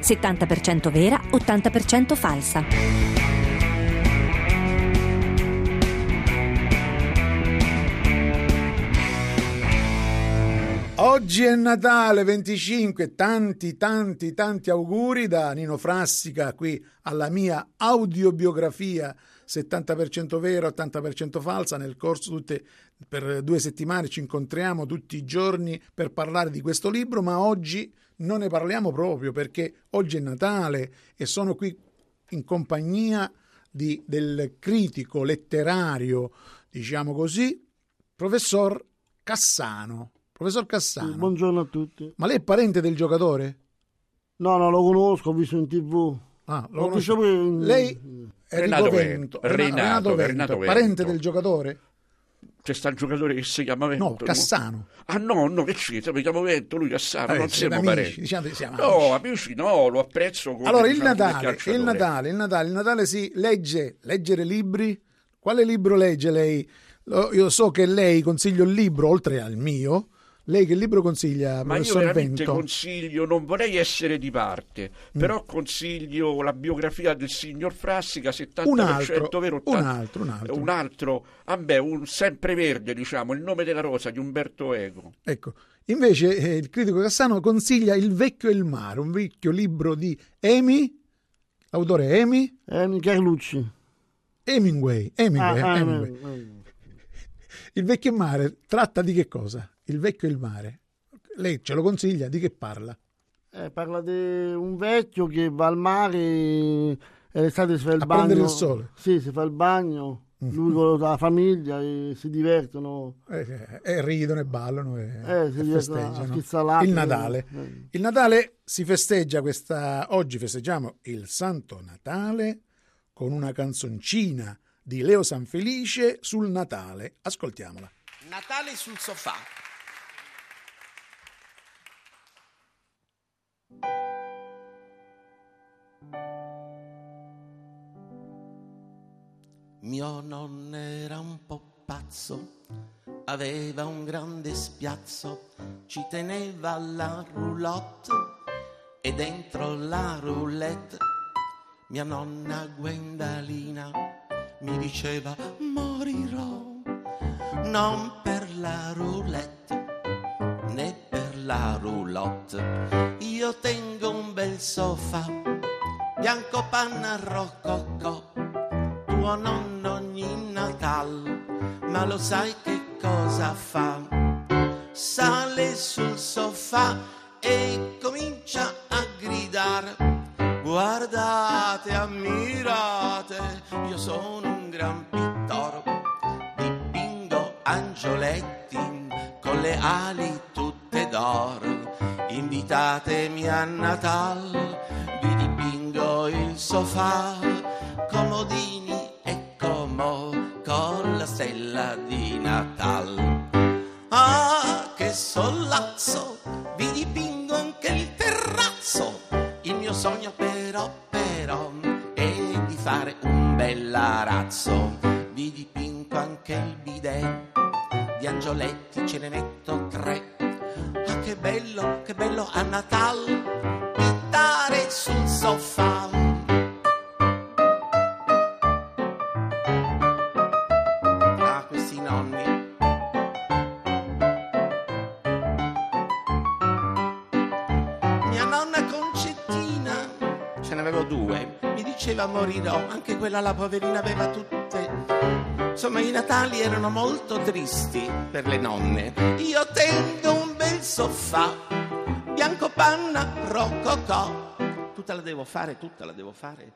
70% vera, 80% falsa. Oggi è Natale 25, tanti tanti tanti auguri da Nino Frassica qui alla mia audiobiografia 70% vera, 80% falsa. Nel corso tutte, per due settimane ci incontriamo tutti i giorni per parlare di questo libro, ma oggi non ne parliamo proprio perché oggi è Natale e sono qui in compagnia di- del critico letterario, diciamo così, professor Cassano. Professor Cassano, Buongiorno a tutti. ma lei è parente del giocatore? No, no, lo conosco, ho visto in tv. Ah, lo Lo conosce. dicevo in- Lei è Renato Renato Vento. Vento, Rena- Renato, Renato Renato Vento, Vento. parente del giocatore? C'è sta il giocatore che si chiama Vento. No, Cassano. Ah no, no, che c'entra? Mi chiamo Vento, lui Cassano, Vabbè, Ah, non siete siamo amici, parenti. diciamo che siamo no, amici. amici no, lo apprezzo come Allora, il diciamo, come Natale, il calciatore. Natale, il Natale, il Natale si legge, leggere libri. Quale libro legge lei? Lo- Io so che lei consiglia un libro, oltre al mio. Lei che libro consiglia, Ma io professor veramente Vento? Mm. consiglio, non vorrei essere di parte, però consiglio la biografia del signor Frassica, 70% Un altro, vero, un 80 altro, un altro. Un altro, ah beh, un sempreverde, diciamo, il nome della rosa di Umberto Eco. Ecco, invece eh, il critico Cassano consiglia Il vecchio e il mare, un vecchio libro di Emi, l'autore è Emi, Eh, Carlucci. Hemingway, Hemingway, Ah, ah, Hemingway. eh, Il vecchio e il mare tratta di che cosa? Il vecchio e il mare. Lei ce lo consiglia, di che parla? eh, eh, parla di un vecchio che va al mare e l'estate si fa il A bagno. prendere il sole. Mm. Sì, si fa il bagno, lui con la famiglia e si divertono. Eh, eh, ridono e ballano e, Eh, si e divertono a festeggiano. schizzare l'acqua. Il Natale. Eh, Il Natale si festeggia questa oggi festeggiamo il Santo Natale con una canzoncina di Leo Sanfelice sul Natale. Ascoltiamola. Natale sul sofà. Mio nonno era un po' pazzo, aveva un grande spiazzo, ci teneva la roulotte e dentro la roulette mia nonna Guendalina mi diceva morirò non per la roulette né per la roulotte. Io tengo un bel sofà, bianco panna rococò, tuo nonno ogni Natal, ma lo sai che cosa fa? Sale sul sofà e comincia a gridare. Guardate, ammirate, io sono un gran pittore dipingo angioletti con le ali tutte d'oro. Invitatemi a Natal, vi dipingo il sofà, comodini e comò con la stella di Natal. Ah, che sollazzo, vi dipingo anche il terrazzo. Il mio sogno però, però, è di fare un bell'arazzo. Vi dipingo anche il bidet, di angioletti ce ne metto tre. Ah, che bello, che bello a Natal, pittare sul sofà. Ah, questi nonni. Mia nonna Concettina, ce n'avevo due, mi diceva morirò, anche quella la poverina aveva tutte. Insomma, i Natali erano molto tristi per le nonne. Io tengo un bel sofà, bianco panna, rococò. Tutta la devo fare, tutta la devo fare.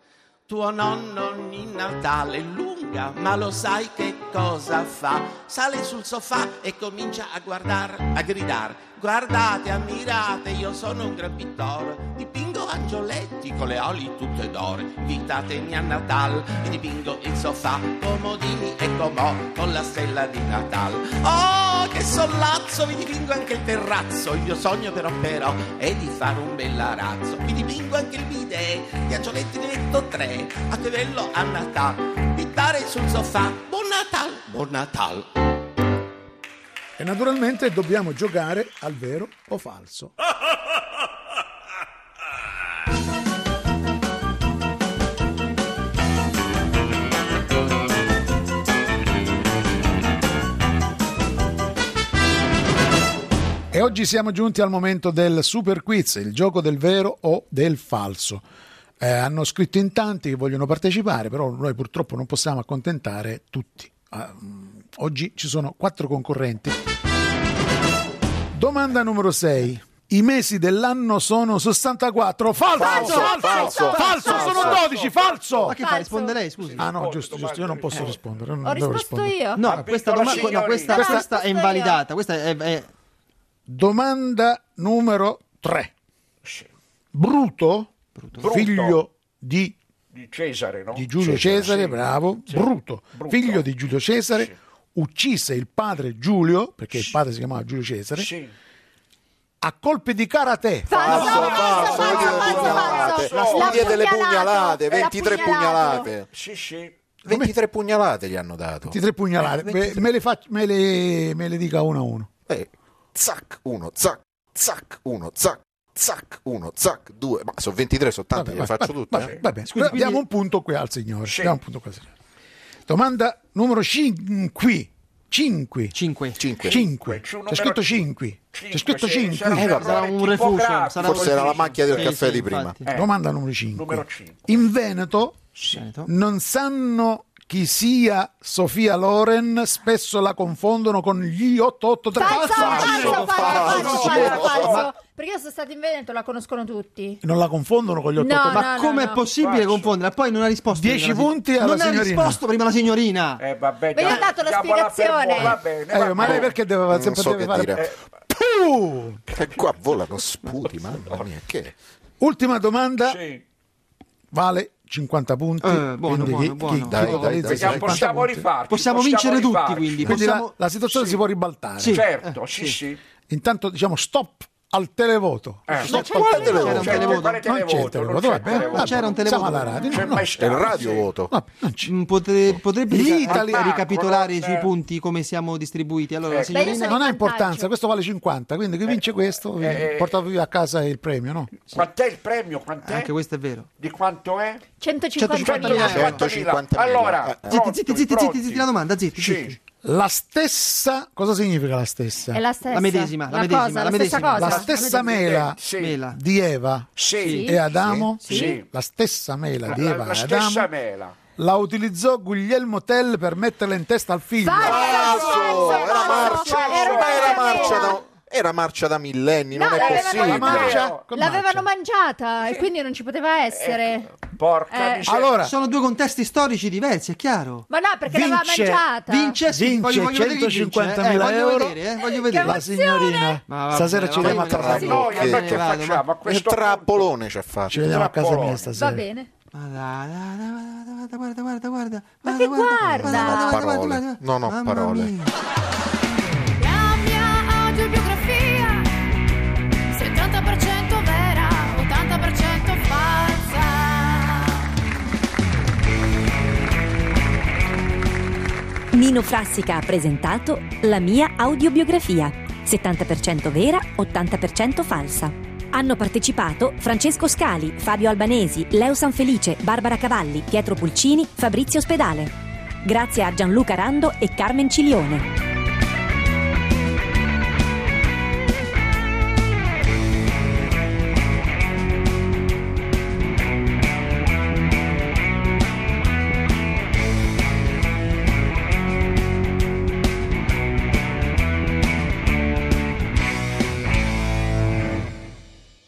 Tuo nonno ogni Natale lunga, ma lo sai che cosa fa? Sale sul sofà e comincia a guardare, a gridare. Guardate, ammirate, io sono un gran pittore. Dipingo angioletti con le oli tutte d'oro. Invitatemi a Natale e dipingo il sofà, comodini e comò con la stella di Natale. Oh, che sollazzo, vi dipingo anche il terrazzo. Il mio sogno però però è di fare un bell'arazzo. Vi dipingo anche il bidet, di angioletti ne metto tre. A tevello a Natale, pittare sul sofà. Buon Natale, buon Natale. E naturalmente dobbiamo giocare al vero o falso. E oggi siamo giunti al momento del super quiz, il gioco del vero o del falso. Eh, hanno scritto in tanti che vogliono partecipare, però noi purtroppo non possiamo accontentare tutti. Ah, mm, oggi ci sono quattro concorrenti. Domanda numero 6. I mesi dell'anno sono 64. Falso! Falso! Falso! sono 12! Falso! Ma che fa? Risponde lei, scusi. Ah no, giusto, giusto, io non posso rispondere. non Ho devo risposto rispondere. io. Ah, No, questa, vinto la domanda, no, questa, signorina. questa No, è risposto io. invalidata. Questa è, è- Domanda numero 3. Bruto, figlio di, Di Cesare, no? di Giulio Cesare, sì. bravo, Sì. Bruto, Bruto. figlio di Giulio Cesare, Sì. uccise il padre Giulio, perché il padre si chiamava Giulio Cesare, Sì. a colpi di karate. Falso, falso, falso, falso, pugnalate. falso. Gli L'ha diede le pugnalato, pugnalate, l'ha 23 pugnalato. pugnalate. Sì, sì. 23 pugnalate gli hanno dato. 23 pugnalate, Eh, Beh, me, le fac- me le- me le dica una a uno. Eh, zac, uno, zac, zac, uno, zac, zac, uno, zac, due. Ma sono 23, sono tanti, Vabbè, le va- faccio va- tutte. va- eh. va bene. diamo un punto qui al signore. Sì. Diamo un punto qui al signore. Domanda numero 5. 5. 5. 5. Cinque. C'è un C'è numero- scritto 5. C'è Cinque, scritto Eh, sì, sarà 5. sarà un refuso. tipografico. sarà un Forse era la refuso. macchia del Sì, caffè sì, di prima. infatti. Eh, Domanda numero 5. Numero cinque. In Veneto Veneto. non sanno chi sia Sofia Loren, spesso la confondono con gli 883. Falso, falso, falso, falso, falso, falso. Ma- Perché io sono stato in Veneto, la conoscono tutti. Non la confondono con gli No, 883. Ma no, com'è no. possibile Faccio. confonderla? Poi non ha risposto. 10 prima la sig- punti alla Non signorina. ha risposto prima la signorina. Eh, vabbè, Ve l'ho diamo- dato la diamola per spiegazione. buona, Va bene, Eh, va ma lei bene. perché deve Non sempre so deve che fare dire. Puh! Eh, qua volano sputi, mamma mia, che... Ultima domanda Sì. vale 50 punti. Eh, buono, quindi buono, chi- buono. chi- chi Dai, dai, totalizza dai, Vediamo, 50 possiamo punti? rifarci. Possiamo vincere tutti, quindi. Quindi la, Possiamo- la situazione Sì. si può ribaltare. Cioè, Sì. Certo, Eh, sì, sì. Intanto diciamo stop al televoto. Cioè, Eh. No, quale te lo- televoto? C'è C'era Certo, televoto. quale Non c'è il televoto? Non televoto, c'è il vabbè, televoto. vabbè, C'era un televoto. Siamo alla radio. Non no, c'è mai no. Eh, il stato. radio sì. voto. Vabbè, non c'è. Mm, potre- potrebbe rica- L'Italia- rica- Marco, eh, ricapitolare non- sui punti come siamo distribuiti. Allora, la Ecco. Beh, io signorina sono- Non ha vantaggio. importanza, questo vale 50, quindi chi vince questo eh, porta via a casa il premio, no? Quant'è il premio? Quant'è? anche questo è vero. Di quanto è? 150 150.000. euro. 150.000. Allora, Eh, eh. pronti, zitti, zitti, pronti? zitti, zitti la domanda, zitti, Sì. zitti. La stessa, cosa significa la stessa? È la stessa. La medesima, cosa, la medesima, la stessa medesima. cosa. La stessa mela Eh, Sì. Mela. di Eva Sì. e Adamo, Sì. Sì. la stessa mela La, di la- Eva la e stessa Adamo, mela. la utilizzò Guglielmo Tell per metterla in testa al figlio. Falso, Cazzo, falso, era marcia, falso. Era ma era una marcia mela. da, era marcia da millenni, non No, è l'avevano possibile. La marcia, Vero. con L'avevano marcia. mangiata e quindi non ci poteva essere. Porca Eh. miseria. Allora, Sono due contesti storici diversi, è chiaro. Ma no, perché l'aveva Vince, mangiata. Vince, sì, vince voglio- voglio vedere chi vince, eh. 150.000 Eh, voglio euro. Vedere, eh, voglio Che vedere. la emozione! signorina Ma va stasera bene, ci ma vediamo a voglio A vedere. Tarragona. noi, a noi Che- che vado, facciamo? A Il questo punto? trappolone ci ha fatto. Ci vediamo a casa Trappolone. mia Va stasera. bene. Ma dai, dai, dai, guarda, guarda, guarda, guarda, guarda. Ma che guarda? Non ho guarda, guarda, parole. guarda. Non ho Mamma parole. mia. La mia autobiografia 70% vera, 80% falsa. Nino Frassica ha presentato La mia audiobiografia, 70% vera, 80% falsa. Hanno partecipato Francesco Scali, Fabio Albanesi, Leo Sanfelice, Barbara Cavalli, Pietro Pulcini, Fabrizio Spedale. Grazie a Gianluca Rando e Carmen Cilione.